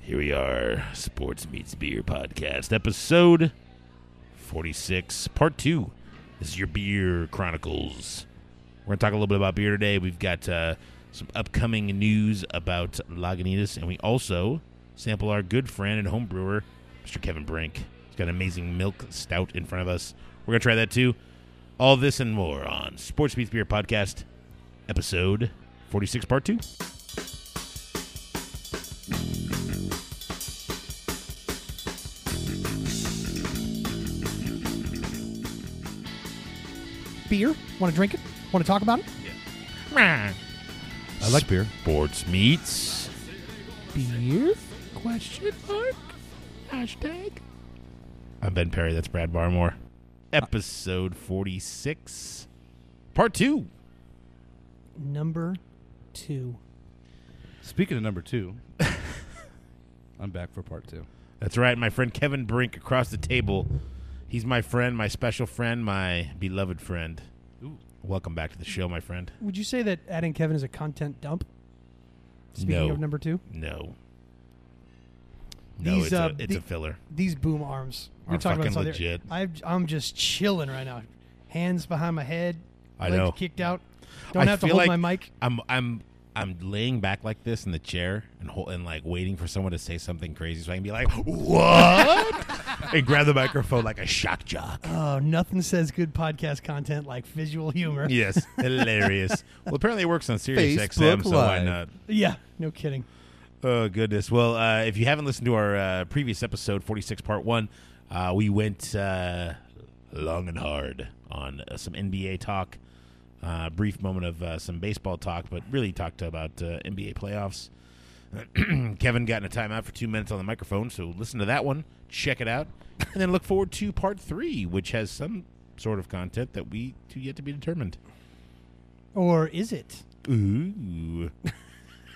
Here we are, Sports Meets Beer Podcast, episode 46, part two. This is your Beer Chronicles. We're going to talk a little bit about beer today. We've got uh, some upcoming news about Lagunitas, and we also sample our good friend and home brewer, Mr. Kevin Brink. He's got an amazing milk stout in front of us. We're going to try that too. All this and more on Sports Meets Beer Podcast, episode 46, part two. beer. Want to drink it? Want to talk about it? I like beer. Sports meets. Beer? Question mark? Hashtag. I'm Ben Perry. That's Brad Barmore. Episode 46, part two. Number two. Speaking of number two, I'm back for part two. That's right. My friend Kevin Brink across the table. He's my friend, my special friend, my beloved friend. Ooh. Welcome back to the show, my friend. Would you say that adding Kevin is a content dump? Speaking No. of number two, No. No, These, it's, a, uh, it's the- a filler. these boom arms. We Are were talking about this fucking on the air. legit. I've, I'm just chilling right now. Hands behind my head. I legs know. Kicked out. Don't I have to feel hold like- my mic. I'm I'm I'm laying back like this in the chair and hol- and like waiting for someone to say something crazy so I can be like, "What?" and grab the microphone like a shock jock. Oh, nothing says good podcast content like visual humor. Yes, hilarious. well, apparently it works on Sirius Facebook XM, so why Live. not? Yeah, no kidding. Oh goodness. Well, uh, if you haven't listened to our uh, previous episode, forty six, part one, uh, we went uh, long and hard on uh, some NBA talk. Uh, brief moment of uh, some baseball talk, but really talked about uh, NBA playoffs. Kevin got in a timeout for two minutes on the microphone, so listen to that one, check it out, and then look forward to part three, which has some sort of content that we to yet to be determined. Or is it? Ooh.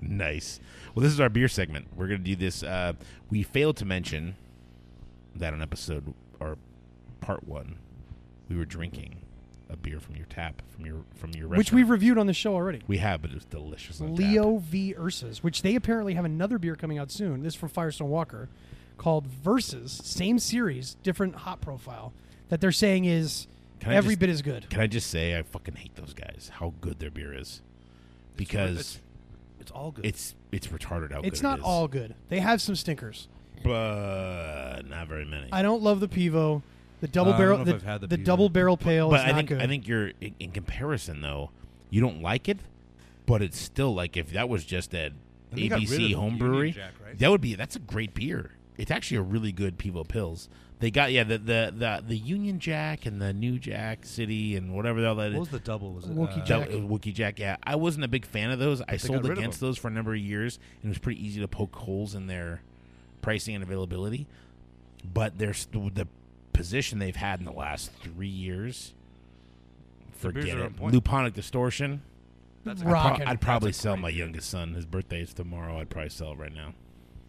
nice. Well, this is our beer segment. We're going to do this. Uh, we failed to mention that on episode or part one, we were drinking a beer from your tap from your from your restaurant. Which we've reviewed on the show already. we have, but it was delicious. On tap. Leo v. Ursus, which they apparently have another beer coming out soon. This is from Firestone Walker, called Versus, same series, different hot profile, that they're saying is Can I every just- bit as good. Can I just say I fucking hate those guys? How good their beer is, because It's all good. it's it's, retarded how good It's not it is. all good. They have some stinkers. but not very many. I don't love the pivo, the double Uh, I don't barrel, know if the, I've had the the Pivo. double barrel pale but I is Oh, not think good. I think you're in, in comparison though. You don't like it, but it's still like if that was just at And they got rid of ABC the home Union brewery, Jack, right? that would be that's a great beer. It's actually a really good Pivo Pills. They got yeah the the the, the Union Jack and the New Jack City and whatever the hell that what is. was the double? Was it Wookie uh, Jack. That- uh, Wookie Jack, yeah. I wasn't a big fan of those. I they sold got rid of against them. those for a number of years, and it was pretty easy to poke holes in their pricing and availability. But there's the position they've had in the last three years. Their beers Forget are on it. point. Luponic Distortion. That's I'd, Rock. Rockin'. I'd probably That's a sell great my beer. youngest son. His birthday is tomorrow. I'd probably sell it right now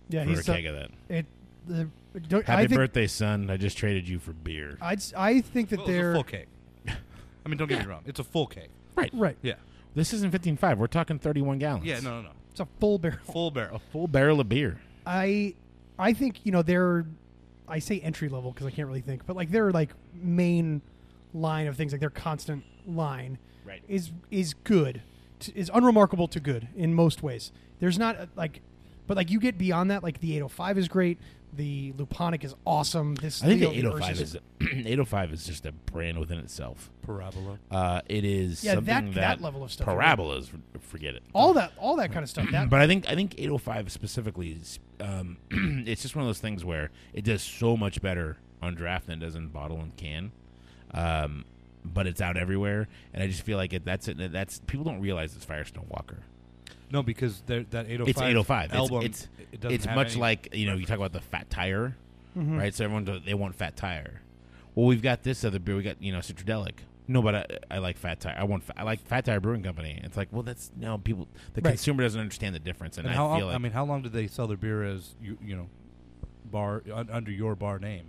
yeah, for a he's uh, keg of that. it. The, don't, I Happy think birthday, son! I just traded you for beer. I'd, s- I think that Well, it's a they're full cake. I mean, don't get me wrong. It's a full cake. Right. right. Yeah. This isn't fifteen five. We're talking thirty one gallons. Yeah. No. No. No. It's a full barrel. Full barrel. Full barrel of beer. I I think you know they're I say entry level because I can't really think, but like their like main line of things, like their constant line, Right. is is good, t- is unremarkable to good in most ways. There's not uh, like, but like you get beyond that, like the 805 is great, the Luponic is awesome. This I think the Leo 805 versus- is 805 is just a brand within itself. Parabola. Uh, it is yeah that, something that level of stuff. parabolas forget it. all that all that kind of stuff. That But I think I think 805 specifically is um, it's just one of those things where it does so much better on draft than it does in bottle and can. Um, but it's out everywhere, and I just feel like it, that's it. That's people don't realize it's Firestone Walker. No, because they're- that 805. It's 805. It's- Album. it's- it doesn't it's have much any- Mm-hmm. like you know you talk about the fat tire, right? So everyone do- they want fat tire. Well, we've got this other beer. We got you know Citradelic. No, but I, I like Fat Tire. I want fa- I like Fat Tire Brewing Company. It's like well, that's no people. The Right. consumer doesn't understand the difference, and, And I how? feel long- like I mean, how long did they sell their beer as you? You know, bar un, under your bar name?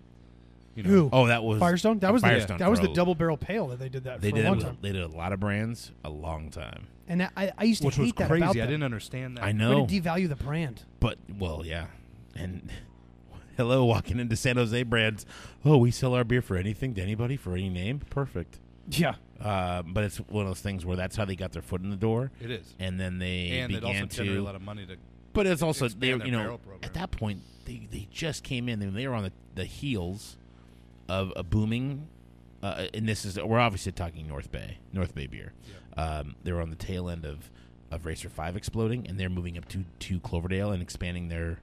You know, Who? Oh, that was Firestone. That was Firestone the, that was the Pro. double barrel pale that they did that They for did a that long with- time. they did a lot of brands a long time. And that, I, I used to which was hate that crazy. I about them. didn't understand that. I Way know, to devalue the brand. but well, yeah. And hello, walking into San Jose brands. Oh, we sell our beer for anything to anybody for any name. Perfect. Yeah. Uh, but it's one of those things where that's how they got their foot in the door, It is, and then they and it also began generated to. a lot of money to. but it's also they, expand their you know, barrel program. at that point they, they just came in and they were on the, the heels of a booming. Uh, and this is we're obviously talking North Bay, North Bay beer. Um, they were on the tail end of of Racer Five exploding, and they're moving up to to Cloverdale and expanding their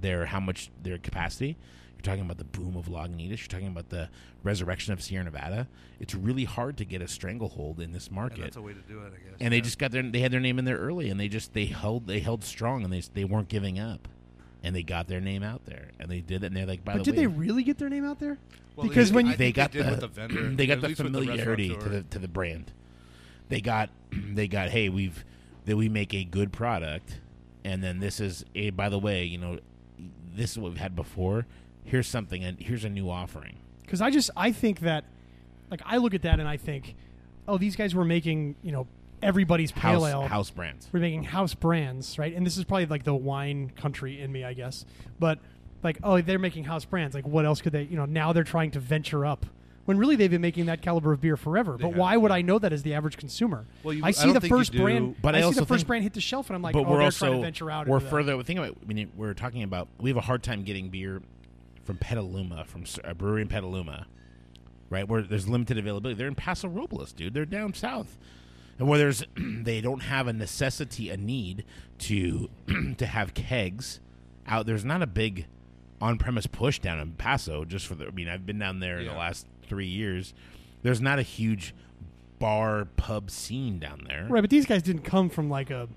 their how much their capacity. You're talking about the boom of Lagunitas. You're talking about the resurrection of Sierra Nevada. It's really hard to get a stranglehold in this market And that's a way to do it, I guess. and they yeah. just got their they had their name in there early and they just they held they held strong and they s- they weren't giving up and they got their name out there and they did it and they're like by But the did way they really get their name out there? Well, because they- when I you- they think got did the with the vendor, they got at the least with the familiarity to the restaurateur. to the brand they got they got hey we've that we make a good product and then this is a by the way you know this is what we've had before here's something and here's a new offering Because I just I think that like I look at that and I think, oh, these guys were making you know everybody's house pale ale. house brands We're making house brands, right? And this is probably like the wine country in me, I guess. But like, oh, they're making house brands. Like, what else could they? You know, now they're trying to venture up. When really they've been making that caliber of beer forever, but have, why would yeah. I know that as the average consumer? Well, you- I I see don't the think you first do, brand, but I I, see also the first think- brand hit the shelf, and I'm like, but oh, we're they're also trying to venture out. we're into that. further. Think about. I mean, we're talking about. We have a hard time getting beer from Petaluma, from s- a brewery in Petaluma, right? Where there's limited availability. They're in Paso Robles, dude. They're down south, and where there's they don't have a necessity, a need to to have kegs out. There's not a big on-premise push down in Paso. Just for the. I mean, I've been down there in the Yeah. last three years. There's not a huge bar pub scene down there. Right, but these guys didn't come from like a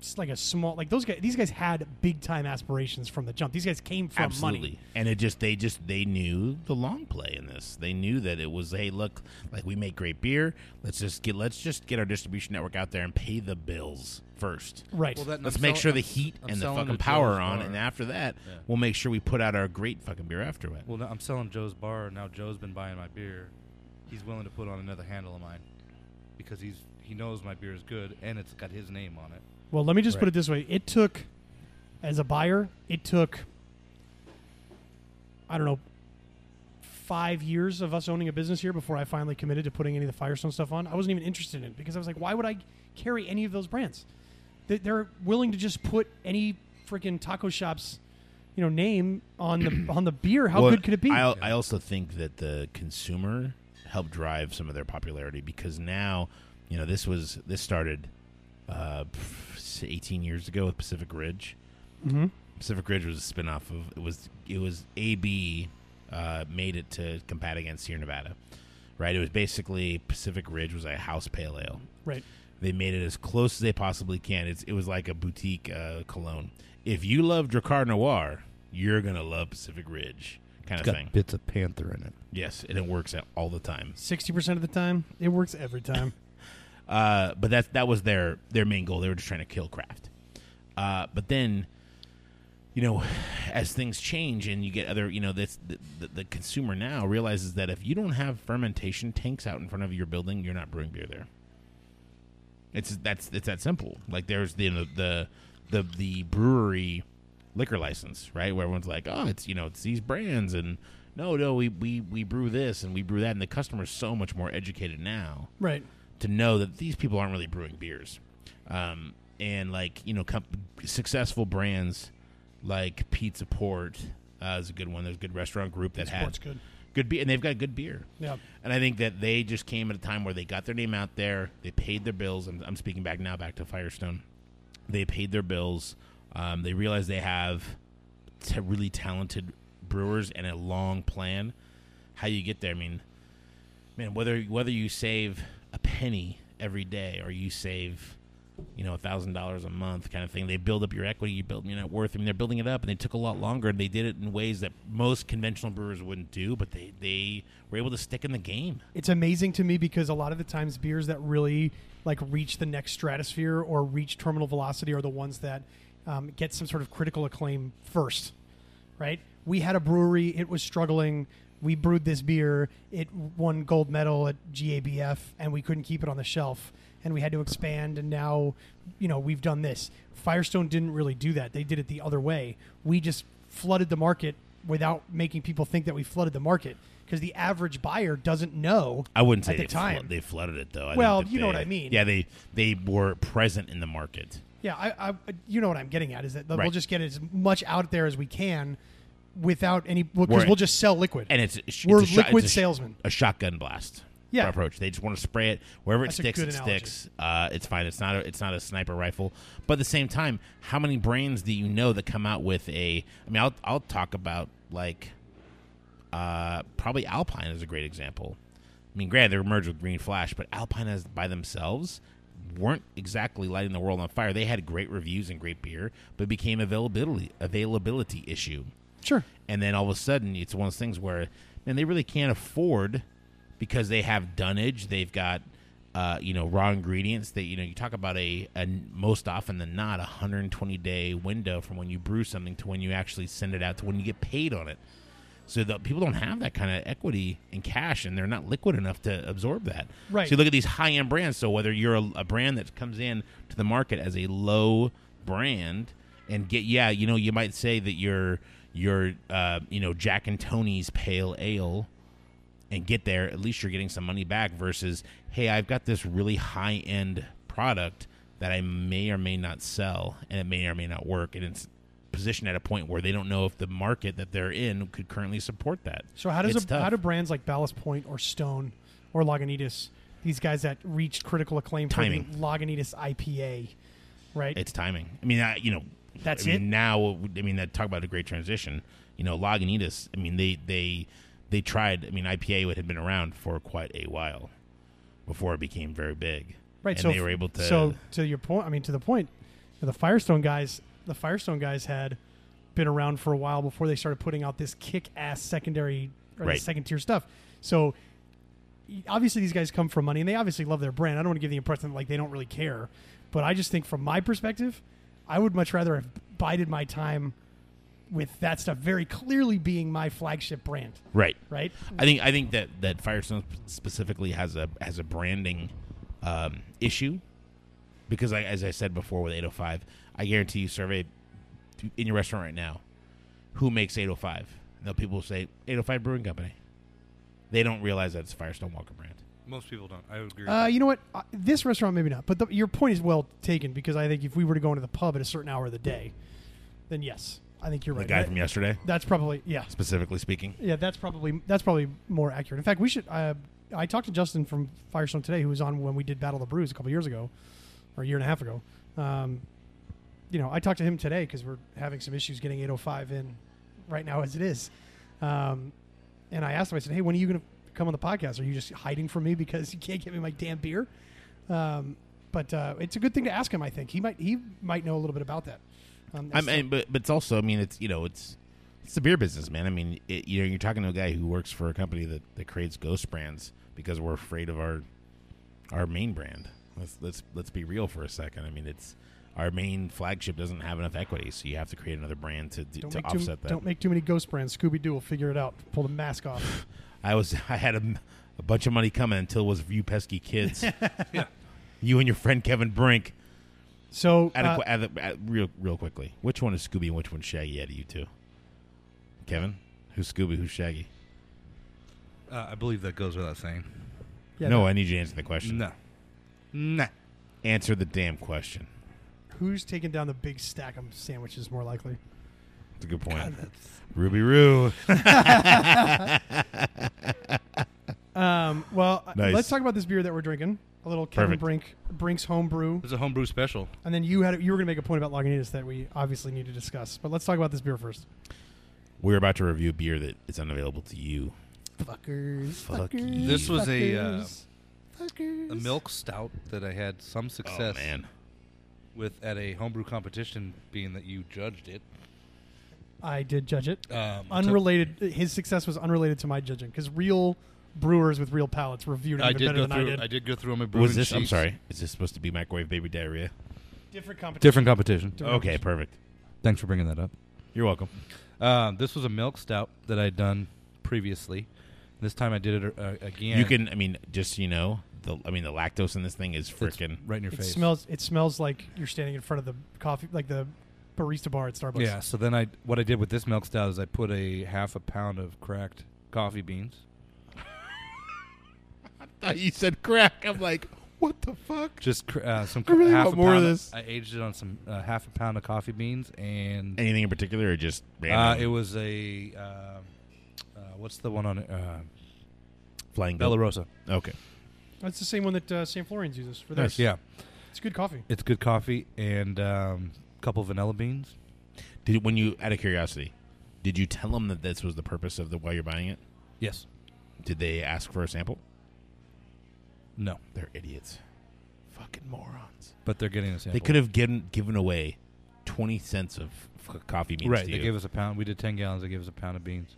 s- like a small like those guys. These guys had big time aspirations from the jump. These guys came from Absolutely. money. And it just they just they knew the long play in this. They knew that it was hey, look, like we make great beer. Let's just get let's just get our distribution network out there and pay the bills first. Right. Well, that- and Let's I'm make sell- sure the I'm- heat I'm and the selling fucking to power Joe's are on, Bar. and after that, Yeah. we'll make sure we put out our great fucking beer after it. Well, no, I'm selling Joe's bar now. Joe's been buying my beer. He's willing to put on another handle of mine because he's he knows my beer is good and it's got his name on it. well, let me just Right. put it this way: it took, as a buyer, it took, I don't know, five years of us owning a business here before I finally committed to putting any of the Firestone stuff on. I wasn't even interested in it because I was like, why would I carry any of those brands? They- They're willing to just put any freaking taco shops, you know, name on the on the beer. How Well, good could it be? I, I also think that the consumer helped drive some of their popularity because now, you know, this was this started uh, 18 years ago with Pacific Ridge. mm-hmm. Pacific Ridge was a spinoff of it was it was AB uh, made it to combat against Sierra Nevada, right? It was basically Pacific Ridge was a house pale ale. Right. They made it as close as they possibly can. It's, it was like a boutique uh, cologne. If you love Dracar Noir, you're gonna love Pacific Ridge kind of thing. bits of panther in it. Yes, and it works out all the time. Sixty percent of the time, it works every time. Uh, but that that was their their main goal. They were just trying to kill craft. Uh, but then, you know, as things change and you get other, you know, this the, the, the consumer now realizes that if you don't have fermentation tanks out in front of your building, you're not brewing beer there. It's that's it's that simple. Like there's the the the the brewery liquor license, right? Where everyone's like, oh, it's you know, it's these brands, and no, no, we we we brew this and we brew that, and the customer's so much more educated now right. to know that these people aren't really brewing beers. Um, and like you know, comp- successful brands like Pizza Port uh, is a good one. There's a good restaurant group that Sport's had good. good beer, and they've got good beer. Yeah. And I think that they just came at a time where they got their name out there, they paid their bills. I'm, I'm speaking back now, back to Firestone. They paid their bills. Um, they realized they have t- really talented brewers and a long plan. How you get there? I mean, man, whether whether you save a penny every day or you save, you know, a thousand dollars a month, kind of thing, they build up your equity, you build your net worth. I mean, they're building it up, and they took a lot longer, and they did it in ways that most conventional brewers wouldn't do, but they they were able to stick in the game. It's amazing to me because a lot of the times beers that really like reach the next stratosphere or reach terminal velocity are the ones that um, get some sort of critical acclaim first. Right. We had a brewery. It was struggling. we brewed this beer. It won gold medal at GABF, and we couldn't keep it on the shelf, and we had to expand. And now, you know, we've done this. Firestone didn't really do that. They did it the other way. We just flooded the market without making people think that we flooded the market because the average buyer doesn't know. I wouldn't say at the they, flo- time. they flooded it though. I think Well, that you know what they- I mean. Yeah, they they were present in the market. Yeah, I, I, you know what I'm getting at is that we'll Right. just get as much out there as we can without any because We're- we'll just sell liquid. And it's, it's We're a shot- liquid it's a sh- salesmen. A shotgun blast. Yeah. approach. They just want to spray it wherever That's a it sticks. good It analogy. sticks. Uh, it's fine. It's not. A, it's not a sniper rifle. But at the same time, how many brands do you know that come out with a? I mean, I'll I'll talk about like, uh, probably Alpine is a great example. I mean, granted, they were merged with Green Flash, but Alpine as by themselves weren't exactly lighting the world on fire. They had great reviews and great beer, but it became availability availability issue sure, and then all of a sudden it's one of those things where man they really can't afford because they have dunnage they've got uh, you know raw ingredients that you know you talk about a, a most often than not a 120 day window from when you brew something to when you actually send it out to when you get paid on it so the, people don't have that kind of equity and cash and they're not liquid enough to absorb that Right. so you look at these high end brands so whether you're a, a brand that comes in to the market as a low brand and get yeah you know you might say that your your uh, you know jack and tony's pale ale and get there, at least you're getting some money back versus, hey, I've got this really high end product that I may or may not sell and it may or may not work. And it's positioned at a point where they don't know if the market that they're in could currently support that. So how does It's a, tough. how do brands like Ballast Point or Stone or Lagunitas, these guys that reached critical acclaim for Timing. the Lagunitas IPA, right? It's timing. I mean, I, you know, That's I mean, it? Now, I mean, that talk about a great transition. You know, Lagunitas. I mean, they they they tried. I mean, IPA had been around for quite a while before it became very big. right. And so they were able to. So to your point, I mean to the point, the Firestone guys, the Firestone guys had been around for a while before they started putting out this kick-ass secondary or Right. second tier stuff. So obviously these guys come from money and they obviously love their brand. I don't want to give the impression that, like they don't really care, but I just think from my perspective, I would much rather have bided my time with that stuff very clearly being my flagship brand, right. right? I think I think that that Firestone specifically has a has a branding um, issue because, I, as I said before, with 805, I guarantee you survey in your restaurant right now who makes 805. Now people will say 805 Brewing Company. They don't realize that it's Firestone Walker brand. Most people don't. I would agree. Uh, with you know what? Uh, this restaurant maybe not, but the, your point is well taken because I think if we were to go into the pub at a certain hour of the day, then yes, I think you're The right. guy That- from yesterday, that's probably yeah, specifically speaking. yeah. That's probably that's probably more accurate. In fact, we should. Uh, I talked to Justin from Firestone today, who was on when we did Battle of the Brews a couple years ago, or a year and a half ago. Um, you know, I talked to him today because we're having some issues getting 805 in right now as it is. Um, and I asked him, I said, "Hey, when are you going to come on the podcast? Are you just hiding from me because you can't get me my damn beer?" Um, but uh, it's a good thing to ask him. I think he might he might know a little bit about that. Um, I mean, but but it's also, I mean, it's you know, it's it's the beer business, man. I mean, it, you know, you're talking to a guy who works for a company that, that creates ghost brands because we're afraid of our our main brand. Let's let's let's be real for a second. I mean, it's our main flagship doesn't have enough equity, so you have to create another brand to don't to make too, offset that. don't make too many ghost brands. Scooby Doo will figure it out. Pull the mask off. I was I had a, m- a bunch of money coming until it was you pesky kids. You and your friend Kevin Brink. So At a, uh, qu- at a, at, real real quickly, which one is Scooby and which one's Shaggy out of you two? Kevin, who's Scooby? Who's Shaggy? that. Uh, I believe that goes without saying. yeah, no, I need you to answer the question. No. Nah. Answer the damn question. who's taking down the big stack of sandwiches more likely? That's a good point. That's Ruby Roo. Um, well, uh, Nice. let's talk about this beer that we're drinking. A little Kevin Perfect. Brink Brink's homebrew, There's a homebrew special. and then you had you were going to make a point about Lagunitas that we obviously need to discuss. But let's talk about this beer first. We're about to review a beer that is unavailable to you. Fuckers. Fuck fuckers, you. This was a, uh, fuckers, fuckers. A milk stout that I had some success Oh man, with at a homebrew competition, being that you judged it. I did judge it. Um, Unrelated. His success was unrelated to my judging because real brewers with real palates reviewed it I even did better go than I through. did. I did go through on my brewing. was this? I'm sheets. sorry. Is this supposed to be microwave baby diarrhea? Different competition. Different competition. Different Okay, perfect. Thanks for bringing that up. Uh, You're welcome. Um, this was a milk stout that I'd done previously. This time I did it uh, again. You can, I mean, just so you know, the I mean, the lactose in this thing is It's freaking. right in your It face. smells. It smells like you're standing in front of the coffee, like the barista bar at Starbucks. Yeah. So then I what I did with this milk stout is I put a half a pound of cracked coffee beans. You said crack. I'm like, what the fuck? Just cr- uh, some I really half want a more of pound this. I aged it on some uh, half a pound of coffee beans and Anything in particular, or just uh, random? it was a um uh, what's the one on uh, flying Bella goat? Rosa. Okay, that's the same one that uh, St. Florian's uses for theirs. Yeah, it's good coffee. it's good coffee and um, couple vanilla beans. did when you out of curiosity, did you tell them that this was the purpose of the why you're buying it? Yes. Did they ask for a sample? No. They're idiots, fucking morons. But they're getting a sample. They could have given given away twenty cents of f- coffee beans. Right. to They you. gave us a pound. We did ten gallons. They gave us a pound of beans.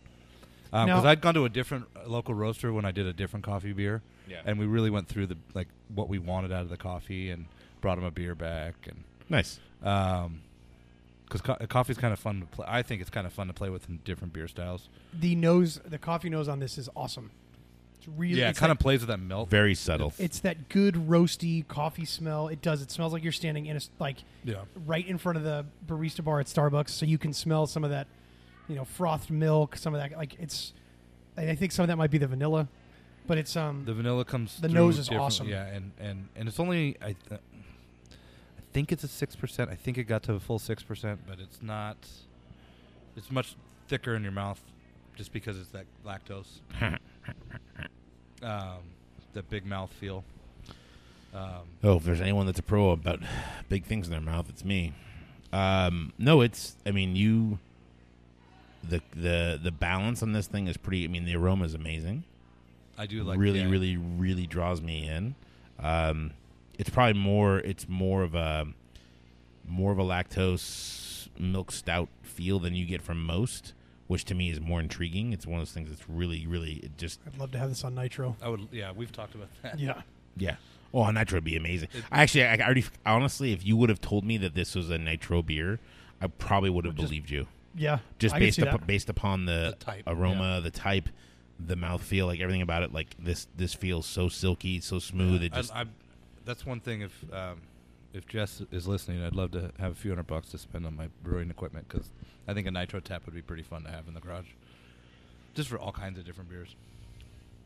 Because Now- I'd gone to a different uh, local roaster when I did a different coffee beer, Yeah. and we really went through the like what we wanted out of the coffee, and brought them a beer back, and nice. because co- coffee's kind of fun to play. I think it's kind of fun to play with in different beer styles. The nose, the coffee nose on this is awesome. It's really yeah, it it's kind like- of plays with that milk. Very subtle. It's that good roasty coffee smell. It does. It smells like you're standing in a s- like yeah, right in front of the barista bar at Starbucks, so you can smell some of that, you know, frothed milk, some of that. Like it's, and I think some of that might be the vanilla, but it's um. the vanilla comes. The through nose is different- awesome. Yeah, and and and it's only I. Th- I think it's a six percent. I think it got to a full six percent, but it's not. It's much thicker in your mouth, just because it's that lactose, um, that big mouth feel. Um, Oh, if there's anyone that's a pro about big things in their mouth, it's me. Um, no, it's. I mean, you. The the the balance on this thing is pretty. I mean, the aroma is amazing. I do like really, yeah. really, really draws me in. Um, it's probably more. It's more of a more of a lactose milk stout feel than you get from most, which to me is more intriguing. It's one of those things that's really, really it just I'd love to have this on nitro. I would. Yeah, we've talked about that. Yeah. Yeah. Oh, a nitro would be amazing. I actually, I already, honestly, if you would have told me that this was a nitro beer, I probably would have Just- believed you. Yeah. Just I can based see up, that. based upon the, The type, aroma, the type, the mouthfeel, like everything about it. Like this, this feels so silky, so smooth. It I- just I, that's one thing. If um, if Jess is listening, I'd love to have a few hundred bucks to spend on my brewing equipment because I think a nitro tap would be pretty fun to have in the garage, just for all kinds of different beers.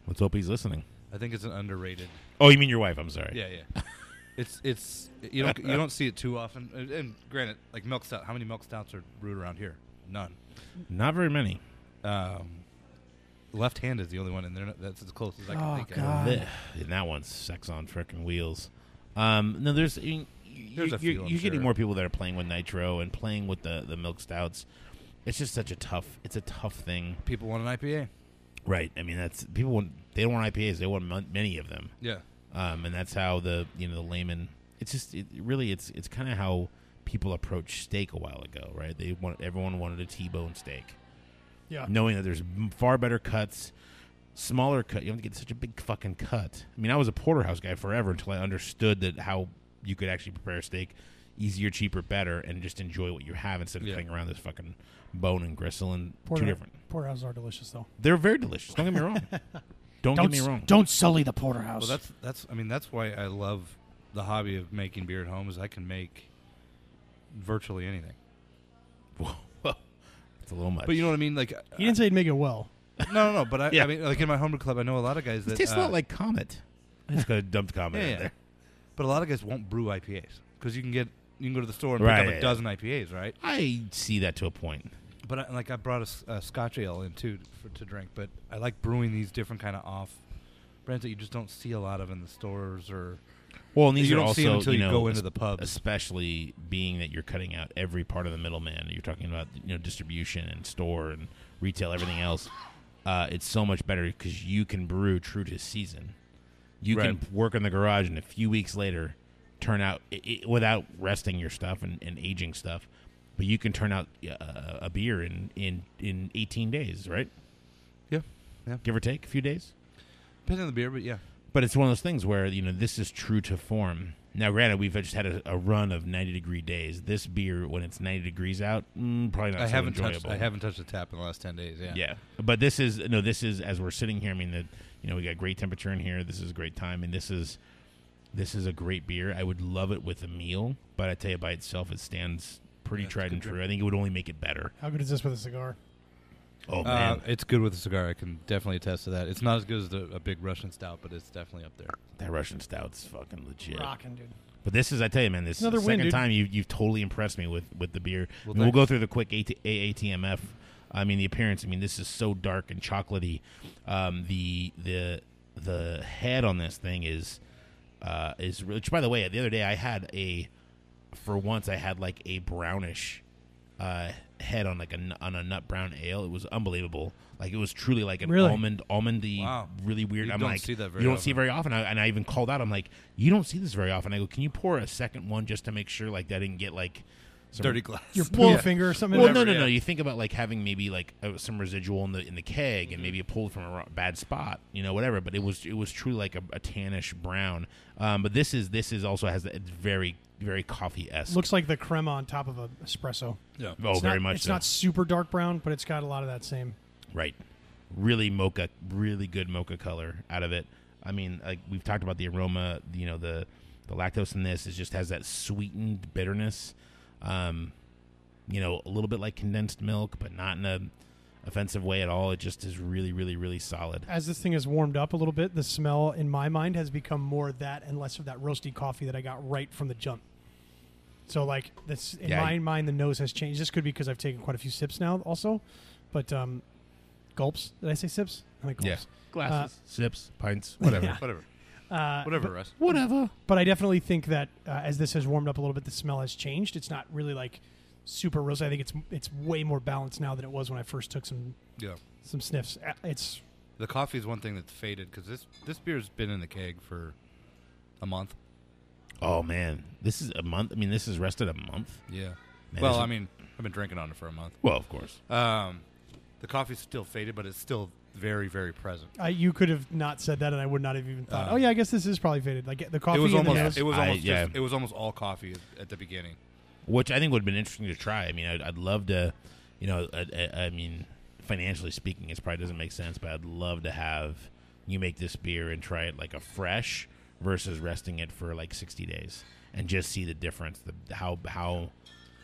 let's hope he's listening. I think it's an underrated. Oh, you mean your wife? I'm sorry. Yeah, yeah. it's it's you don't you don't see it too often. And, and granted, like milk stout, how many milk stouts are brewed around here? None. Not very many. Um, left hand is the only one, and they're not, that's as close as I can Oh, think. God. Of. Um, Blech. and that one's sex on frickin' wheels. Um, no, there's I mean, you, There's a are few, I'm getting sure. more people that are playing with nitro and playing with the the milk stouts. It's just such a tough. It's a tough thing, People want an IPA. right? I mean, that's people want. They don't want IPAs. They want mon- many of them, Yeah. um, and that's how the you know the layman. It's just it, really it's it's kind of how people approach steak a while ago, right? They want everyone wanted a T-bone steak Yeah. knowing that there's m- far better cuts, smaller cut. You don't have to get such a big fucking cut. I mean, I was a porterhouse guy forever until I understood that how you could actually prepare a steak easier, cheaper, better, and just enjoy what you have instead of Yeah. playing around this fucking bone and gristle and Porter, two different. Porterhouses are delicious though. They're very delicious. Don't get me wrong. Don't, get me wrong. Don't sully the porterhouse. Well, that's that's. I mean, that's why I love the hobby of making beer at home. Is I can make virtually anything. It's a little much. But you know what I mean? Like, he didn't say he'd make it well. I- no, no, no. But I, Yeah. I mean, like in my homebrew club, I know a lot of guys that it tastes a uh, lot like Comet. I just got a dumped Comet yeah, in yeah. there. But a lot of guys won't brew IPAs because you can get you can go to the store and Right, pick up yeah, a dozen IPAs, right? I see that to a point. But I, like I brought a, s- a Scotch ale in too for, to drink. But I like brewing these different kind of off brands that you just don't see a lot of in the stores or Well, and these you are don't also see 'em until you know, go into the pub, pubs. especially being that you're cutting out every part of the middleman. You're talking about you know distribution and store and retail, everything else. Uh, it's so much better because you can brew true to season. You can Right. work in the garage, and a few weeks later, turn out i i without resting your stuff and, and aging stuff. But you can turn out uh, a beer in, in in 18 days, right? yeah, yeah. Give or take a few days. Depending on the beer, but yeah, But it's one of those things where you know this is true to form. Now, granted, we've just had a, a run of 90 degree days. This beer, when it's 90 degrees out, mm, probably not I so haven't enjoyable. touched. I haven't touched the tap in the last ten days. Yeah. Yeah. But this is no, this is as we're sitting here. I mean, the you know we got great temperature in here. This is a great time, and this is this is a great beer. I would love it with a meal, but I tell you, by itself, it stands pretty Yeah, it's a tried good and true. drink. I think it would only make it better. How good is this with a cigar? Oh Uh, man, it's good with a cigar. I can definitely attest to that. It's not as good as the, a big Russian stout, but it's definitely up there. that Russian stout's fucking legit. Rocking, dude. But this is, I tell you, man, this is Another the win, second dude. time you you've totally impressed me with with the beer. I Well, mean, we'll thanks. go through the quick AT, AATMF. I mean, the appearance. I mean, this is so dark and chocolatey. Um, the the the head on this thing is uh, is really. Which, by the way, the other day I had a for once I had like a brownish uh, head on like a nu- on a nut brown ale. It was unbelievable. Like it was truly like an Really? almond almondy, Wow. really weird. You I'm don't like, see that very you don't often. see very often. I, and I even called out. I'm like, you don't see this very often. I go, can you pour a second one just to make sure like that I didn't get like some Dirty glass. Your Well, pool finger or something. Well, no, Well, no, yeah. no. You think about like having maybe like uh, some residual in the in the keg Mm-hmm. and maybe it pulled from a ro- bad spot, you know, whatever. But it was it was truly like a, a tannish brown. Um, but this is this is also has it's very very coffee esque. Looks like the crema on top of a espresso. yeah. oh, It's very not, much. It's so. not super dark brown, but it's got a lot of that same. Right. Really mocha, really good mocha color out of it. I mean, like we've talked about the aroma, you know, the the lactose in this is just has that sweetened bitterness. Um, you know, a little bit like condensed milk, but not in a offensive way at all. It just is really, really, really solid. As this thing has warmed up a little bit, the smell in my mind has become more of that and less of that roasty coffee that I got right from the jump. So, like this in Yeah, my I- mind, the nose has changed. This could be because I've taken quite a few sips now, also, but um, gulps. Did I say sips? I think gulps. Glasses, sips, pints, Whatever. Yeah. Whatever. Uh, Whatever. Russ. whatever. but I definitely think that uh, as this has warmed up a little bit, the smell has changed. It's not really like super rosy. I think it's it's way more balanced now than it was when I first took some Yeah. some sniffs. Uh, It's The coffee is one thing that's faded because this this beer's been in the keg for a month. Oh man, this is a month. I mean, this is rested a month. Yeah. Man, well, this- I mean, I've been drinking on it for a month. Well, of course. Um, the coffee's still faded, but it's still very, very present. I, you could have not said that, and I would not have even thought. Uh, oh yeah, I guess this is probably faded. Like the coffee. it was and the almost. nose. It was I- almost. yeah. just, it was almost all coffee at, at the beginning. which I think would have been interesting to try. I mean, I'd, I'd love to, you know, I, I, I mean, financially speaking, it probably doesn't make sense, but I'd love to have you make this beer and try it like a fresh versus resting it for like sixty days and just see the difference, the how how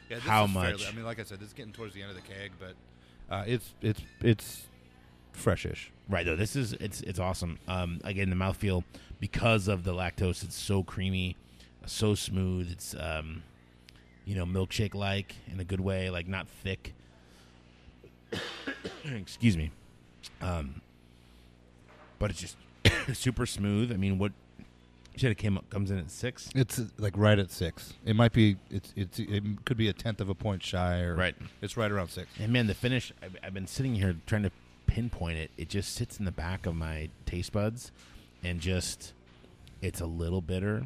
Yeah, this How is fairly- much? I mean, like I said, this is getting towards the end of the keg, but uh, it's it's it's freshish. Right though, this is it's it's awesome. Um, again, the mouthfeel because of the lactose, it's so creamy, so smooth. It's um, you know, milkshake like in a good way, like not thick. Excuse me, um, but it's just super smooth. I mean, what you said it came up comes in at six, It's uh, like right at six. It might be. It's it's it could be a tenth of a point shy, or right? It's right around six. And man, the finish, I've, I've been sitting here trying to pinpoint it. It just sits in the back of my taste buds and just, it's a little bitter.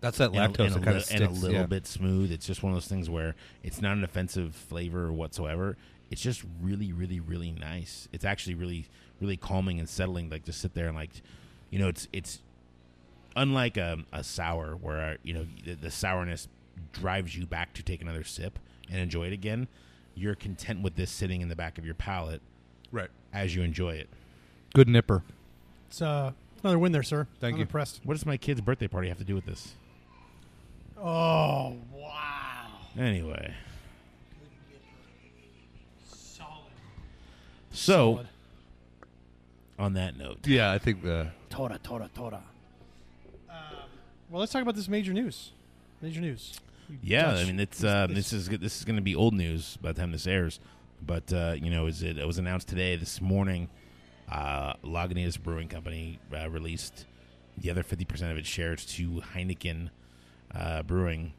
That's that and a- lactose and a, that kind li- of sticks. and a little yeah. bit smooth. It's just one of those things where it's not an offensive flavor whatsoever. It's just really, really, really nice. It's actually really, really calming and settling. Like to sit there and like, you know, it's it's unlike a, a sour where you know the, the sourness drives you back to take another sip and enjoy it again. You're content with this sitting in the back of your palate Right. as you enjoy it. Good nipper. It's uh, another win there, sir. Thank I'm you. Impressed. What does my kid's birthday party have to do with this? Oh wow! Anyway, Solid. so on that note. Yeah, I think uh, the Tora, Tora, Tora. well, let's talk about this major news. Major news. You Yeah, I Dutch. mean it's uh, this- this is this is going to be old news by the time this airs. But uh, you know, is it, it was announced today this morning? Uh, Lagunitas Brewing Company uh, released the other fifty percent of its shares to Heineken uh, Brewing.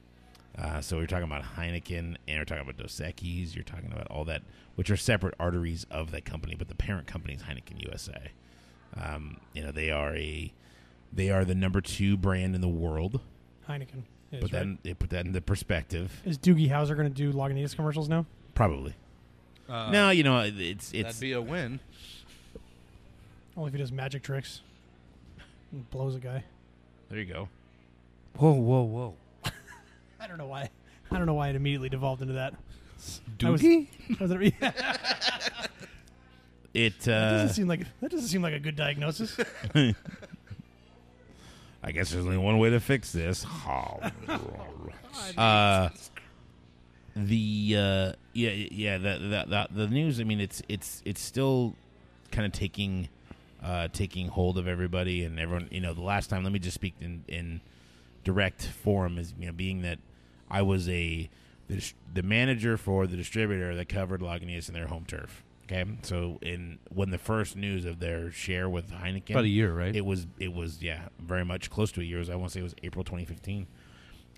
Uh, so we're talking about Heineken, and we're talking about Dos Equis. You're talking about all that, which are separate arteries of that company, but the parent company is Heineken USA. Um, you know, they are a they are the number two brand in the world. Heineken. Is, Put that right? in, they put that into perspective. is Doogie Howser going to do Lagunitas commercials now? Probably. uh, no, you know, it's it's that'd be a win. Only if he does magic tricks and blows a guy. there you go. Whoa, whoa, whoa. I don't know why. I don't know why it immediately devolved into that. I was- Dookie? I was- yeah, that It uh, doesn't seem like that doesn't seem like a good diagnosis. I guess there's only one way to fix this. uh, the uh, yeah yeah the, the, the the news. I mean, it's it's it's still kind of taking uh, taking hold of everybody and everyone. You know, the last time, let me just speak in in direct form is you know being that I was a the, dis- the manager for the distributor that covered Lagunitas in their home turf. Okay, so in when the first news of their share with Heineken About a year, right? it was it was yeah, very much close to a year. It was- I want to say it was April 2015.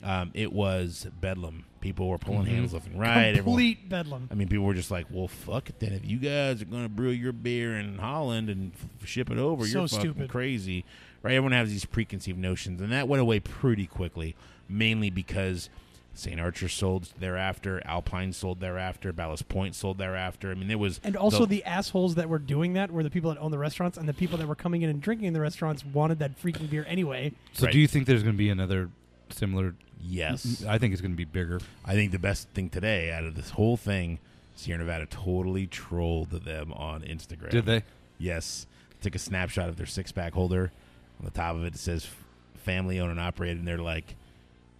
Um, it was bedlam. People were pulling hands left and right. Everyone, Mm-hmm. Complete bedlam. I mean, people were just like, "Well, fuck it then. If you guys are going to brew your beer in Holland and f- ship it over, So you're fucking stupid. crazy." Right? Everyone has these preconceived notions, and that went away pretty quickly, mainly because St. Archer sold thereafter, Alpine sold thereafter, Ballast Point sold thereafter. I mean, it was And also the the assholes that were doing that were the people that owned the restaurants, and the people that were coming in and drinking in the restaurants wanted that freaking beer anyway. So Right. do you think there's going to be another similar? yes. I think it's going to be bigger. I think the best thing today out of this whole thing, Sierra Nevada totally trolled them on Instagram. Did they? Yes. Took a snapshot of their six pack holder. On the top of it, it says family owned and operated. And they're like,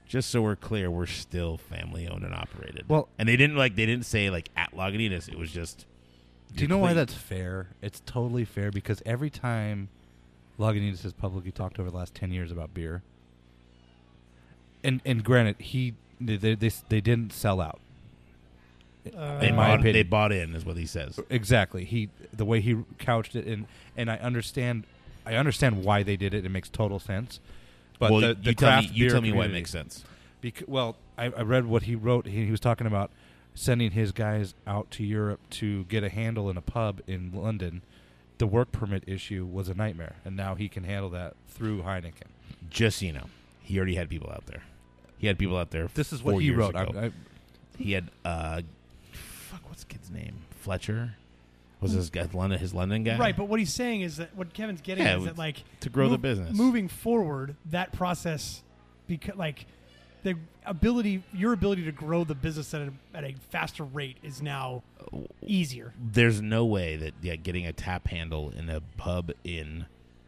just so we're clear, we're still family owned and operated. Well- and they didn't like, they didn't say like at Lagunitas. It was just, Do you know why clean. that's fair? It's totally fair because every time Lagunitas has publicly talked over the last ten years about beer, and and granted, he they they, they, they didn't sell out. Uh, they, In my bought, opinion. they bought in, is what he says. Exactly. He the way he couched it, and and I understand, I understand why they did it. It makes total sense. But well, the, you- the you tell me, craft you beer tell me why it community- makes sense. Bec- well, I, I read what he wrote. He, he was talking about sending his guys out to Europe to get a handle in a pub in London. The work permit issue was a nightmare, and now he can handle that through Heineken. Just so you know, he already had people out there. He had people out there. This is four what he years wrote. ago. I, I, He had uh, fuck, what's the kid's name? Fletcher was his guy, London, his London guy, Hmm. Right, but what he's saying is that what Kevin's getting Yeah, at is it that was like to grow the move- business. moving forward, that process, because like the ability, your ability to grow the business at a, at a faster rate is now easier. There's no way that yeah, getting a tap handle in a pub in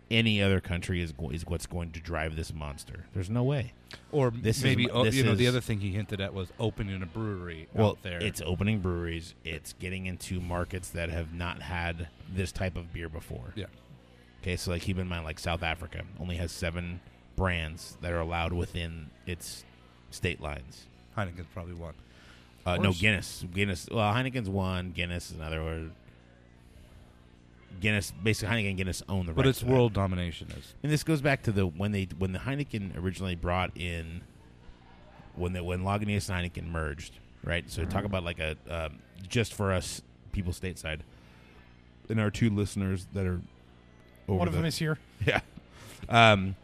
any other country is go- is what's going to drive this monster. There's no way. or This is maybe my- oh, this you know the is- other thing he hinted at was opening a brewery Well, out there. it's opening breweries. It's getting into markets that have not had this type of beer before. yeah. Okay, so like keep in mind, like South Africa only has seven brands that are allowed within its state lines. Heineken's probably one. Uh, no, Worse. Guinness. Guinness. Well, Heineken's one. Guinness is another. Or Guinness. Basically, Heineken and Guinness own the. But rights it's to that. world domination is And this goes back to the when they when the Heineken originally brought in when the when Lagunitas and Heineken merged, right? So talk about like a um, just for us people stateside, and our two listeners that are over One of the- them is here. yeah. Um,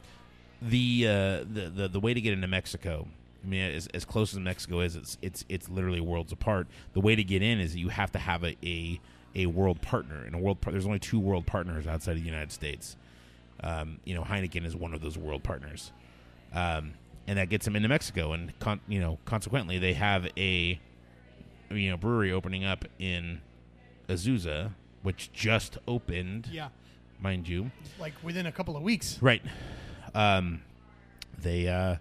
the, uh, the the the way to get into Mexico. I mean, as, as close as Mexico is, it's it's it's literally worlds apart. The way to get in is you have to have a a, a world partner and a world. Par- there's only two world partners outside of the United States. Um, you know, Heineken is one of those world partners, um, and that gets them into Mexico. And con- you know, consequently, they have a you know brewery opening up in Azusa, which just opened, Yeah, mind you. like within a couple of weeks. Right. Um, they. Uh,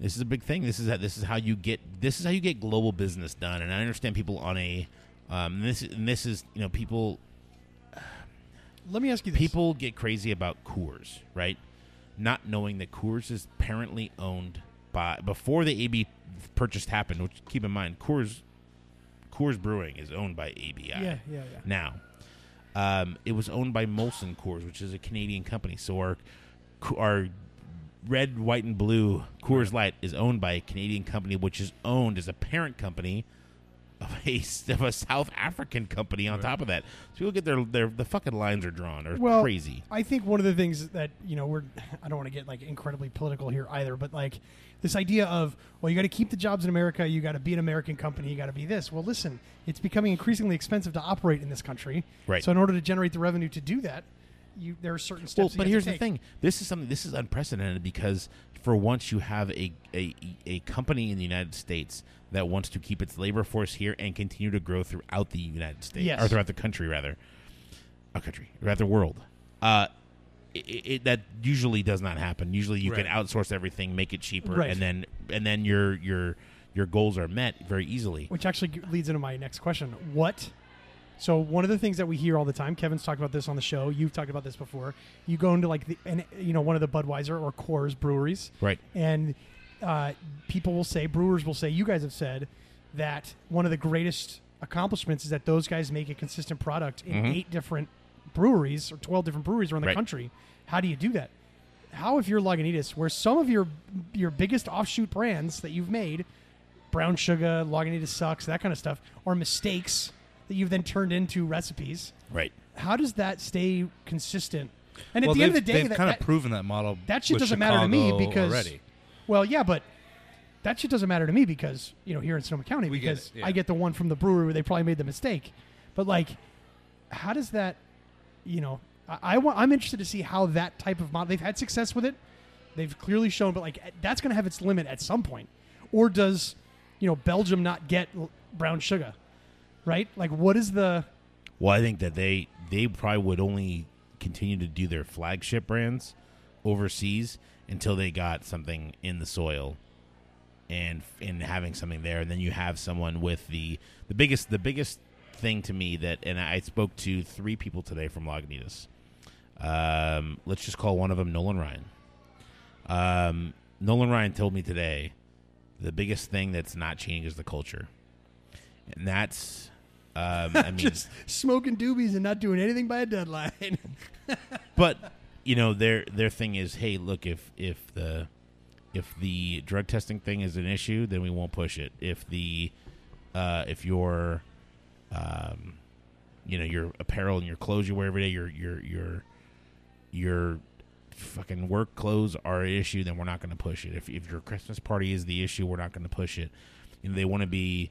this is a big thing. This is how, this is how you get this is how you get global business done. And I understand people on a um, this and this is you know people Let me ask you this. people get crazy about Coors, right? Not knowing that Coors is apparently owned by before the AB purchase happened. Which keep in mind, Coors Coors Brewing is owned by ABI Yeah, yeah, yeah. now. Um, it was owned by Molson Coors, which is a Canadian company. So our our red, white, and blue Coors Light is owned by a Canadian company, which is owned as a parent company of a, of a South African company. On top of that, so people get their their the fucking lines are drawn are Well, crazy. I think one of the things that you know we're I don't want to get like incredibly political here either, but like this idea of well, you got to keep the jobs in America, you got to be an American company, you got to be this. Well, listen, it's becoming increasingly expensive to operate in this country. Right. So in order to generate the revenue to do that, you there are certain Well, steps. you but have to here's the take. thing. This is something. This is unprecedented because for once you have a, a a company in the United States that wants to keep its labor force here and continue to grow throughout the United States Yes. or throughout the country, rather, a country, throughout the world. Uh, it, it, that usually does not happen. Usually, you can Right. outsource everything, make it cheaper, Right. and then and then your your your goals are met very easily. Which actually g- leads into my next question. What? So one of the things that we hear all the time, Kevin's talked about this on the show. You've talked about this before. You go into like the, and you know one of the Budweiser or Coors breweries, Right. and uh, people will say, brewers will say, you guys have said that one of the greatest accomplishments is that those guys make a consistent product Mm-hmm. in Mhm. eight different breweries or 12 different breweries around the Right. country. How do you do that? How if you're Lagunitas, where some of your your biggest offshoot brands that you've made, brown sugar, Lagunitas sucks, that kind of stuff, are mistakes that you've then turned into recipes. Right. How does that stay consistent? And at well, the end of they've- the day, they've that, kind that- of proven that model. that shit with doesn't matter to me Chicago because- already. well, yeah, but that shit doesn't matter to me because you know here in Sonoma County, We get because it, yeah. I get the one from the brewery where they probably made the mistake. But like, how does that? You know, I, I want. I'm interested to see how that type of model. They've had success with it. They've clearly shown, but like that's going to have its limit at some point. Or does you know Belgium not get l- brown sugar? Right? Like, what is the Well, I think that they they probably would only continue to do their flagship brands overseas until they got something in the soil and and having something there and then you have someone with the the biggest the biggest thing to me that and I spoke to three people today from Lagunitas. Um, let's just call one of them Nolan Ryan. Um, Nolan Ryan told me today the biggest thing that's not changing is the culture. And that's um, I mean just smoking doobies and not doing anything by a deadline? but you know their their thing is hey look if if the if the drug testing thing is an issue then we won't push it if the uh if your um you know your apparel and your clothes you wear every day your your your your fucking work clothes are an issue then we're not going to push it if if your christmas party is the issue we're not going to push it you know they want to be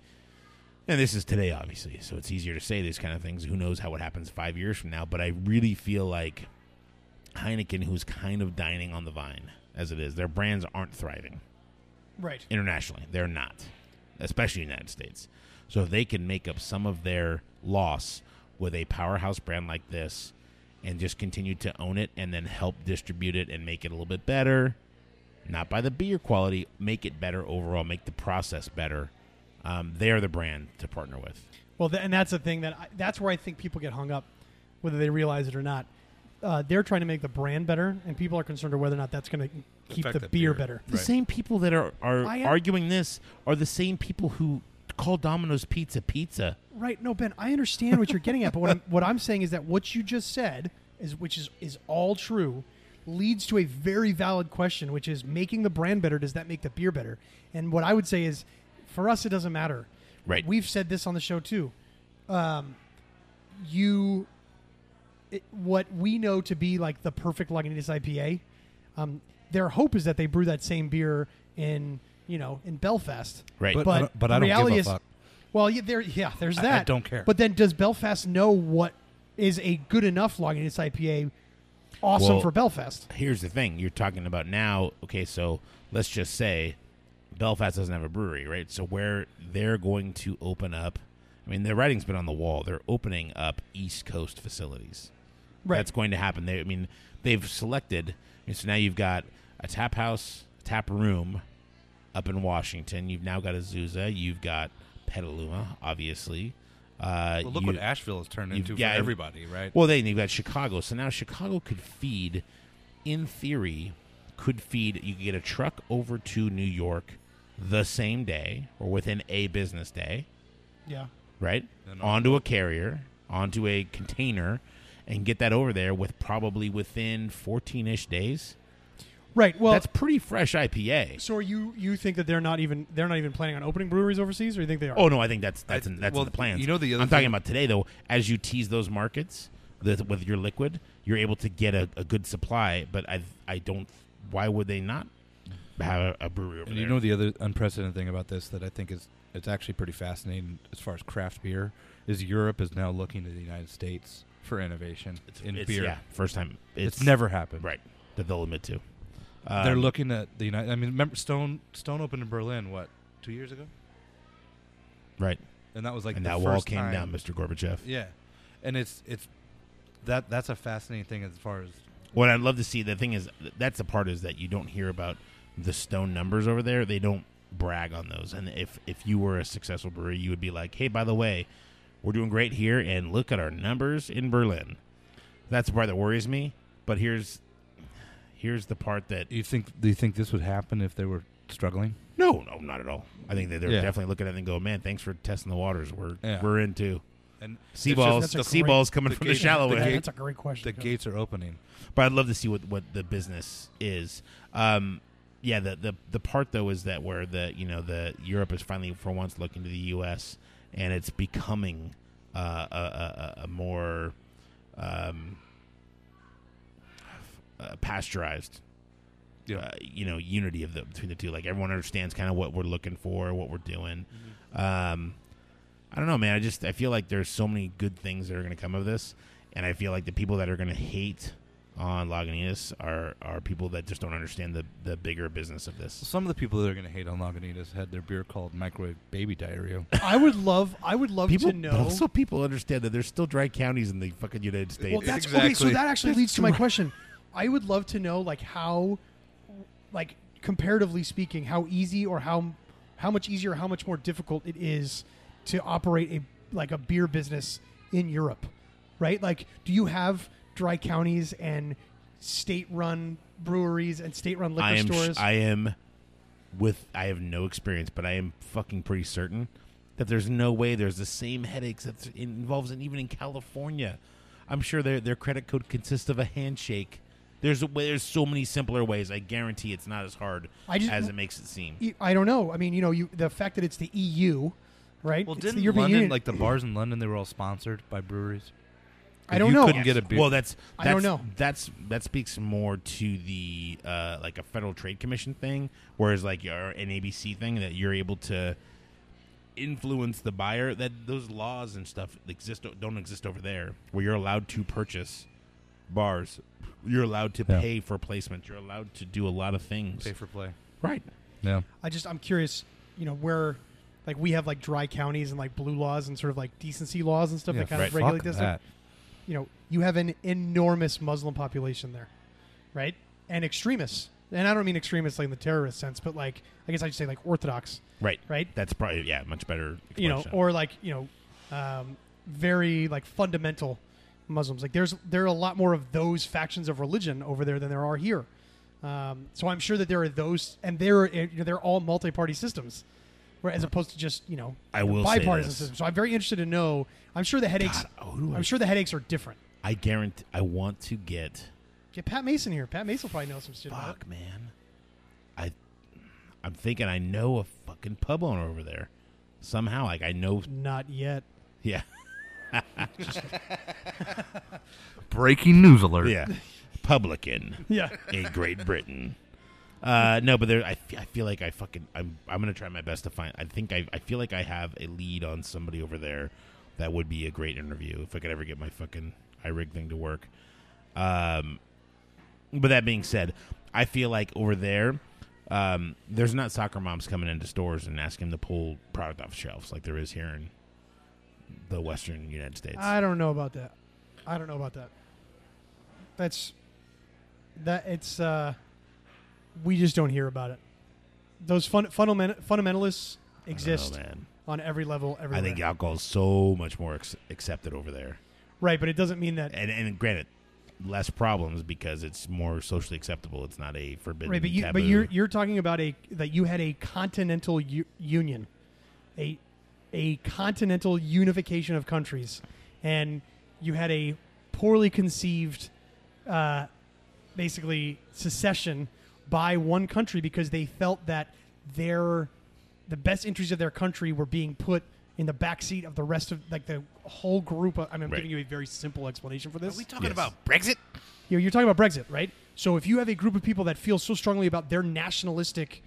and this is today, obviously, so it's easier to say these kind of things. Who knows how what happens five years from now? But I really feel like Heineken, who's kind of dining on the vine as it is, their brands aren't thriving right. internationally. They're not, especially in the United States. So if they can make up some of their loss with a powerhouse brand like this and just continue to own it and then help distribute it and make it a little bit better, not by the beer quality, make it better overall, make the process better. Um, they are the brand to partner with. Well, th- and that's the thing that I, that's where I think people get hung up, whether they realize it or not. Uh, they're trying to make the brand better, and people are concerned with whether or not that's going to keep Affect the that beer beer. better. The Right. same people that are, are I am- arguing this are the same people who call Domino's Pizza pizza. Right? No, Ben, I understand what you're getting at, but what I'm, what I'm saying is that what you just said is, which is is all true, leads to a very valid question, which is making the brand better. Does that make the beer better? And what I would say is, for us, it doesn't matter. Right. We've said this on the show too. Um, you it, what we know to be like the perfect Lagunitas IPA. Um, their hope is that they brew that same beer in you know in Belfast. Right. But, But I don't, but I the don't reality give a is- fuck. Well, yeah, there, yeah, there's I- I that. don't care. But then, does Belfast know what is a good enough Lagunitas IPA? Awesome Well- for Belfast. here's the thing you're talking about now okay so let's just say belfast doesn't have a brewery right so where they're going to open up i mean their writing's been on the wall they're opening up east coast facilities Right. that's going to happen they i mean they've selected I mean, so now you've got a tap house tap room up in washington you've now got azusa you've got petaluma obviously uh, Well, look you- what Asheville has turned you've into got- for everybody, right? well, then you've got Chicago. So now Chicago could feed, in theory, could feed. You could get a truck over to New York the same day or within a business day, yeah. right? And Onto a carrier, onto a container, and get that over there with probably within 14 ish days. Right. Well, That's pretty fresh IPA. so are you you think that they're not even they're not even planning on opening breweries overseas, or you think they are? Oh no, I think that's that's I- in, that's well, in the plans. you know the other I'm talking thing- about today though. As you tease those markets the, with your liquid, you're able to get a, a good supply. But I I don't. Why would they not have a, a brewery over And there? you know the other unprecedented thing about this that I think is it's actually pretty fascinating as far as craft beer is Europe is now looking to the United States for innovation It's, in it's- beer. yeah, first time. It's, never happened. right that they'll admit to. They're Um, looking at the United. I mean, remember Stone Stone opened in Berlin what two years ago, right, and that was like and the that first wall came time- down, Mr. Gorbachev. Yeah, and it's it's that that's a fascinating thing as far as What I'd love to see, the thing is, that's the part is that you don't hear about the stone numbers over there. They don't brag on those. And if if you were a successful brewery, you would be like, hey, by the way, we're doing great here, and look at our numbers in Berlin. That's the part that worries me. But here's here's the part that you think. Do you think this would happen if they were struggling? no, no, not at all. I think that they're Yeah. definitely looking at it and going, man, thanks for testing the waters. We're Yeah. we're into And sea it's just- balls. that's a The sea great- balls coming the from the gate- shallow the end. Yeah, gate- that's a great question. the Go. gates are opening. but I'd love to see what, what the business is. Um, yeah, the, the the part though is that where the you know the Europe is finally for once looking to the U.S. and it's becoming uh, a, a, a- a more um, uh, pasteurized Yeah. uh, you know unity of the between the two. Like everyone understands kind of what we're looking for, what we're doing. Mm-hmm. Um, I don't know, man. I just I feel like there's so many good things that are going to come of this, and I feel like the people that are going to hate on Lagunitas are are people that just don't understand the the bigger business of this. Some of the people that are going to hate on Lagunitas had their beer called microwave baby diarrhea. I would love. I would love People to but know. also people understand that there's still dry counties in the fucking United States. Well, that's okay. So Exactly. that actually leads to my question. I would love to know, like, how, like, comparatively speaking, how easy or how, how much easier, or how much more difficult it is to operate a like a beer business in Europe, right? Like, do you have dry counties and state-run breweries and state-run liquor I am sh- stores? I am with I have no experience, but I am fucking pretty certain that there's no way there's the same headaches that it involves in even in California. I'm sure their their credit code consists of a handshake. There's a way, there's so many simpler ways. I guarantee it's not as hard I just- as it makes it seem. I, don't know. I mean, you know, you the fact that it's the EU, right? Well, It's the didn't European London Union. like the bars in London? They were all sponsored by breweries. I If don't you know. Couldn't get a beer. Well, that's, that's I don't know. That's that speaks more to the uh, like a federal trade commission thing, whereas like your an ABC thing that you're able to influence the buyer. That those laws and stuff exist don't exist over there, where you're allowed to purchase bars, you're allowed to Yeah. pay for placement, you're allowed to do a lot of things. pay for play. Right. Yeah. I just I'm curious, you know, where like we have like dry counties and like blue laws and sort of like decency laws and stuff that kind of right. regulate Fuck this. Like, That. you know, you have an enormous Muslim population there, right? And extremists. And I don't mean extremists like in the terrorist sense, but like I guess I should say like orthodox, Right. right? That's probably yeah, much better. You know, explanation. or like, you know, um, very like fundamental Muslims. Like there's there are a lot more of those factions of religion over there than there are here. Um, so I'm sure that there are those, and they're you know they're all multi-party systems, where, as opposed to just you know I will say bipartisan this. system. So I'm very interested to know. I'm sure the headaches. God, oh, oh, who do I- I'm sure the headaches are different. I guarantee I want to get Get Pat Mason here. Pat Mason will probably know some shit. About it. Fuck, man. I, I'm thinking I know a fucking pub owner over there. Somehow, like I know. Not yet. Yeah, Breaking news alert. yeah. Publican Yeah. in Great Britain. Uh, no, but there. I, f- I feel like I fucking. I'm. I'm gonna try my best to find. I think I. I feel like I have a lead on somebody over there. That would be a great interview if I could ever get my fucking iRig thing to work. Um, but that being said, I feel like over there, um, there's not soccer moms coming into stores and asking them to pull product off shelves like there is here in the Western United States. I don't know about that. I don't know about that. That's that it's uh we just don't hear about it. Those fun, fundament, fundamentalists I don't know, exist man. on every level everywhere. I think alcohol is so much more ex- accepted over there, right, but it doesn't mean that and and granted, less problems because it's more socially acceptable. It's not a forbidden. right, but you taboo. but you're you're talking about a that you had a continental u- union, a a continental unification of countries, and you had a poorly conceived, uh, basically secession by one country because they felt that their the best interests of their country were being put in the backseat of the rest of like the whole group. Of, I mean, I'm Right. giving you a very simple explanation for this. talking Yes. about Brexit? You know, you're talking about Brexit, right? So if you have a group of people that feel so strongly about their nationalistic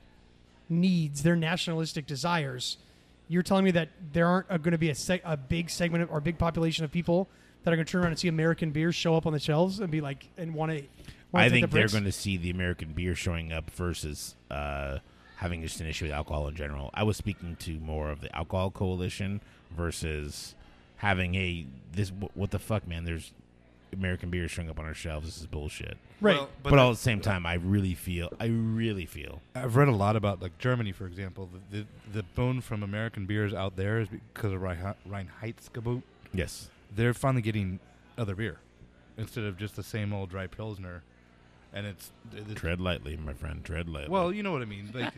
needs, their nationalistic desires, You're telling me that there aren't going to be a, seg- a big segment of, or a big population of people that are going to turn around and see American beers show up on the shelves and be like, and want to. I think they're to. going to see the American beer showing up versus uh, having just an issue with alcohol in general. I was speaking to more of the alcohol coalition versus having a this. wh- What the fuck, man? There's American beer showing up on our shelves. This is bullshit. Right. Well, But, the- all at the same time, I really feel. I really feel. I've read a lot about like Germany, for example. The the, the bone from American beers out there is because of Rheinhe- Reinheitsgebot. Yes. They're finally getting other beer instead of just the same old dry pilsner, and it's, it's Tread lightly, my friend. Tread lightly. well, you know what I mean. Like,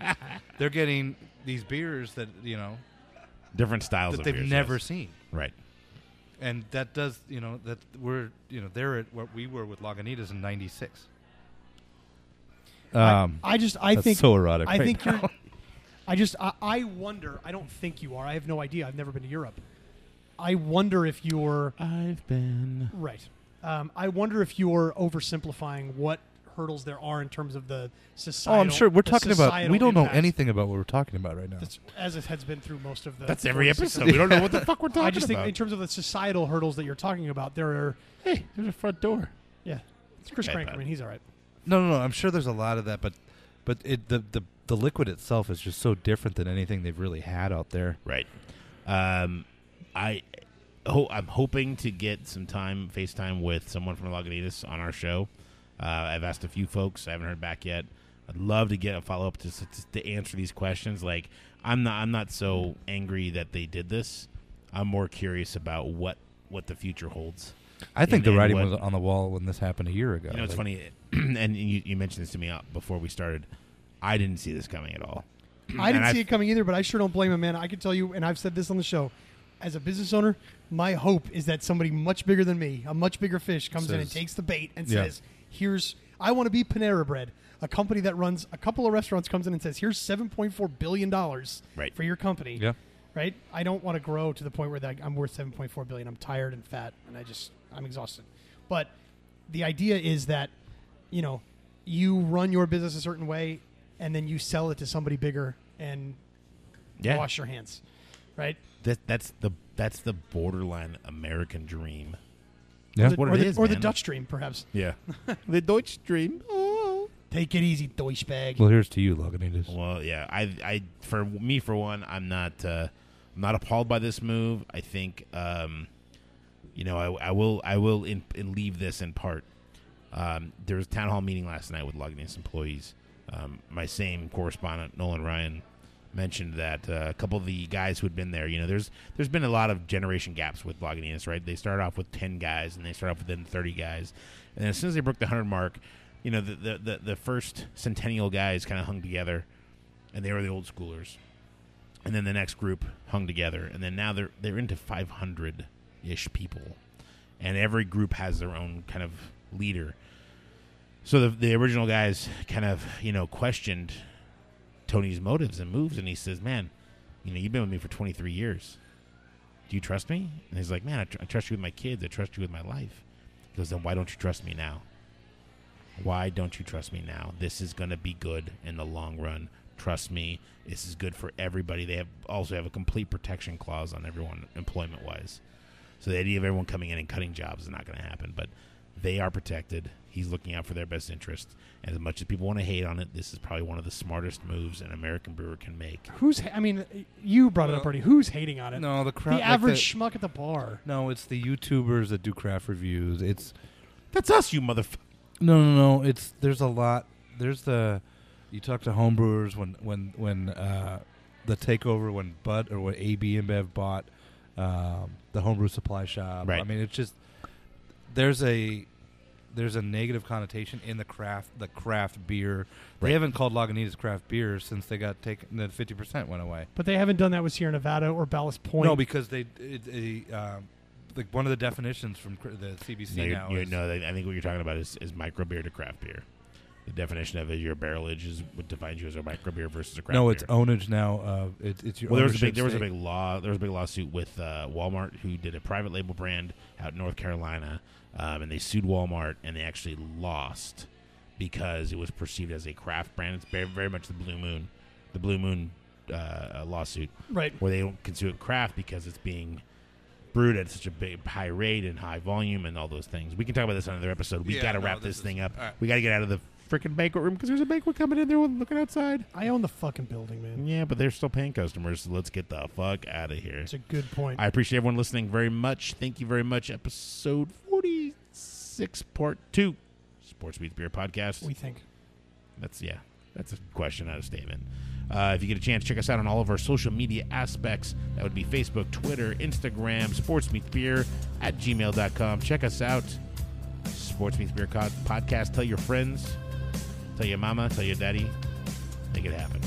they're getting these beers that you know different styles that of they've beers, never yes. seen, Right. and that does you know that we're you know they're at what we were with Lagunitas in '96. Um, I just I That's think so erotic I right think now. you're. I just I, I wonder. I don't think you are. I have no idea. I've never been to Europe. I wonder if you're I've been. right. Um, I wonder if you're oversimplifying what hurdles there are in terms of the oh, societal. I'm sure we're the talking about. We societal don't know impact. anything about what we're talking about right now. That's, as it has been through most of the. That's every Florida episode. we don't know what the fuck we're talking I just think about. in terms of the societal hurdles that you're talking about, there are. hey, there's a front door. Yeah, it's Chris okay, Crank. I bud. mean, he's all right. No, no, no. I'm sure there's a lot of that, but but it, the the the liquid itself is just so different than anything they've really had out there. Right. Um, I ho- I'm hoping to get some time FaceTime with someone from Lagunitas on our show. Uh, I've asked a few folks. I haven't heard back yet. I'd love to get a follow up to, s- to to answer these questions. Like I'm not I'm not so angry that they did this. I'm more curious about what what the future holds. I And- think the and writing what- was on the wall when this happened a year ago. You know, it's Like, funny, and you, you mentioned this to me uh, before we started. I didn't see this coming at all. I didn't And see it coming either, but I sure don't blame him, man. I can tell you, and I've said this on the show, as a business owner, my hope is that somebody much bigger than me, a much bigger fish, comes in and Says- takes the bait and Yeah. says, "Here's I want to be Panera Bread." A company that runs a couple of restaurants comes in and says, "Here's 7.4 billion dollars Right. for your company." Yeah. Right? I don't want to grow to the point where that I'm worth 7.4 billion. I'm tired and fat and I just I'm exhausted. But the idea is that you know, you run your business a certain way and then you sell it to somebody bigger and Yeah, wash your hands, right? that, that's the that's the borderline American dream. Yeah. what or it the, is, or the man. Dutch dream, perhaps. Yeah. the Deutsch dream. Oh. Take it easy, Deutschbag. well, here's to you, Lagunitas. Well, yeah. I I for me for one, I'm not uh I'm not appalled by this move. I think um you know, I, I will I will in, in leave this in part. Um there was a town hall meeting last night with Lagunitas employees. Um my same correspondent Nolan Ryan mentioned that uh, a couple of the guys who had been there, you know, there's there's been a lot of generation gaps with Lagunitas, right? They started off with 10 guys and they started off with then 30 guys. And as soon as they broke the 100 mark, you know, the the, the, the first centennial guys kind of hung together and they were the old schoolers. And then the next group hung together, and then now they're they're into 500 ish people, and every group has their own kind of leader. So the the original guys kind of you know questioned Tony's motives and moves, and he says, "Man, you know you've been with me for 23 years. Do you trust me?" And he's like, "Man, I, tr- I trust you with my kids. I trust you with my life." He goes, "Then why don't you trust me now?" Why don't you trust me now? This is going to be good in the long run. Trust me. This is good for everybody. They have also have a complete protection clause on everyone employment wise. So the idea of everyone coming in and cutting jobs is not going to happen, but they are protected. He's looking out for their best interest. And as much as people want to hate on it, this is probably one of the smartest moves an American brewer can make. Who's? ha- I mean, you brought it up Well, already. Who's hating on it? No, the crowd. the average schmuck at the bar. no, it's the YouTubers that do craft reviews. It's That's us, you motherfucker. No, no, no. It's there's a lot. There's the you talk to homebrewers when when when uh, the takeover when Bud or when AB InBev bought um, the homebrew supply shop. Right. I mean, it's just there's a there's a negative connotation in the craft the craft beer. They Right. haven't called Lagunitas craft beer since they got taken. The fifty percent went away. But they haven't done that with Sierra Nevada or Ballast Point. No, because they it, a, um, like one of the definitions from cr- the CBC No, you're- now you're- is no, I think what you're talking about is, is micro beer to craft beer. The definition of it, your barrelage is what defines you as a micro beer versus a craft no, beer. it's ownage now. Uh, it, it's your Well, there was a ownership big there was a stake. big law there was a big lawsuit with uh, Walmart who did a private label brand out in North Carolina, um, and they sued Walmart and they actually lost because it was perceived as a craft brand. It's very very much the Blue Moon, the Blue Moon uh, lawsuit Right. where they don't consume it craft because it's being brewed at such a big high rate and high volume and all those things. We can talk about this on another episode. We Yeah, got to no, wrap this this, is- thing up. all right. We got to get out of the freaking banquet room because there's a banquet coming in there looking outside. I own the fucking building, man. Yeah, but they're still paying customers, so let's get the fuck out of here. It's a good point. I appreciate everyone listening very much. Thank you very much. Episode 46, part two, Sports Meets Beer Podcast. we think. That's yeah. That's a question, not a statement. Uh, if you get a chance, check us out on all of our social media aspects. That would be Facebook, Twitter, Instagram, Sports Meets Beer at gmail.com. Check us out. Sports Meets Beer co- Podcast. Tell your friends, tell your mama, tell your daddy. Make it happen.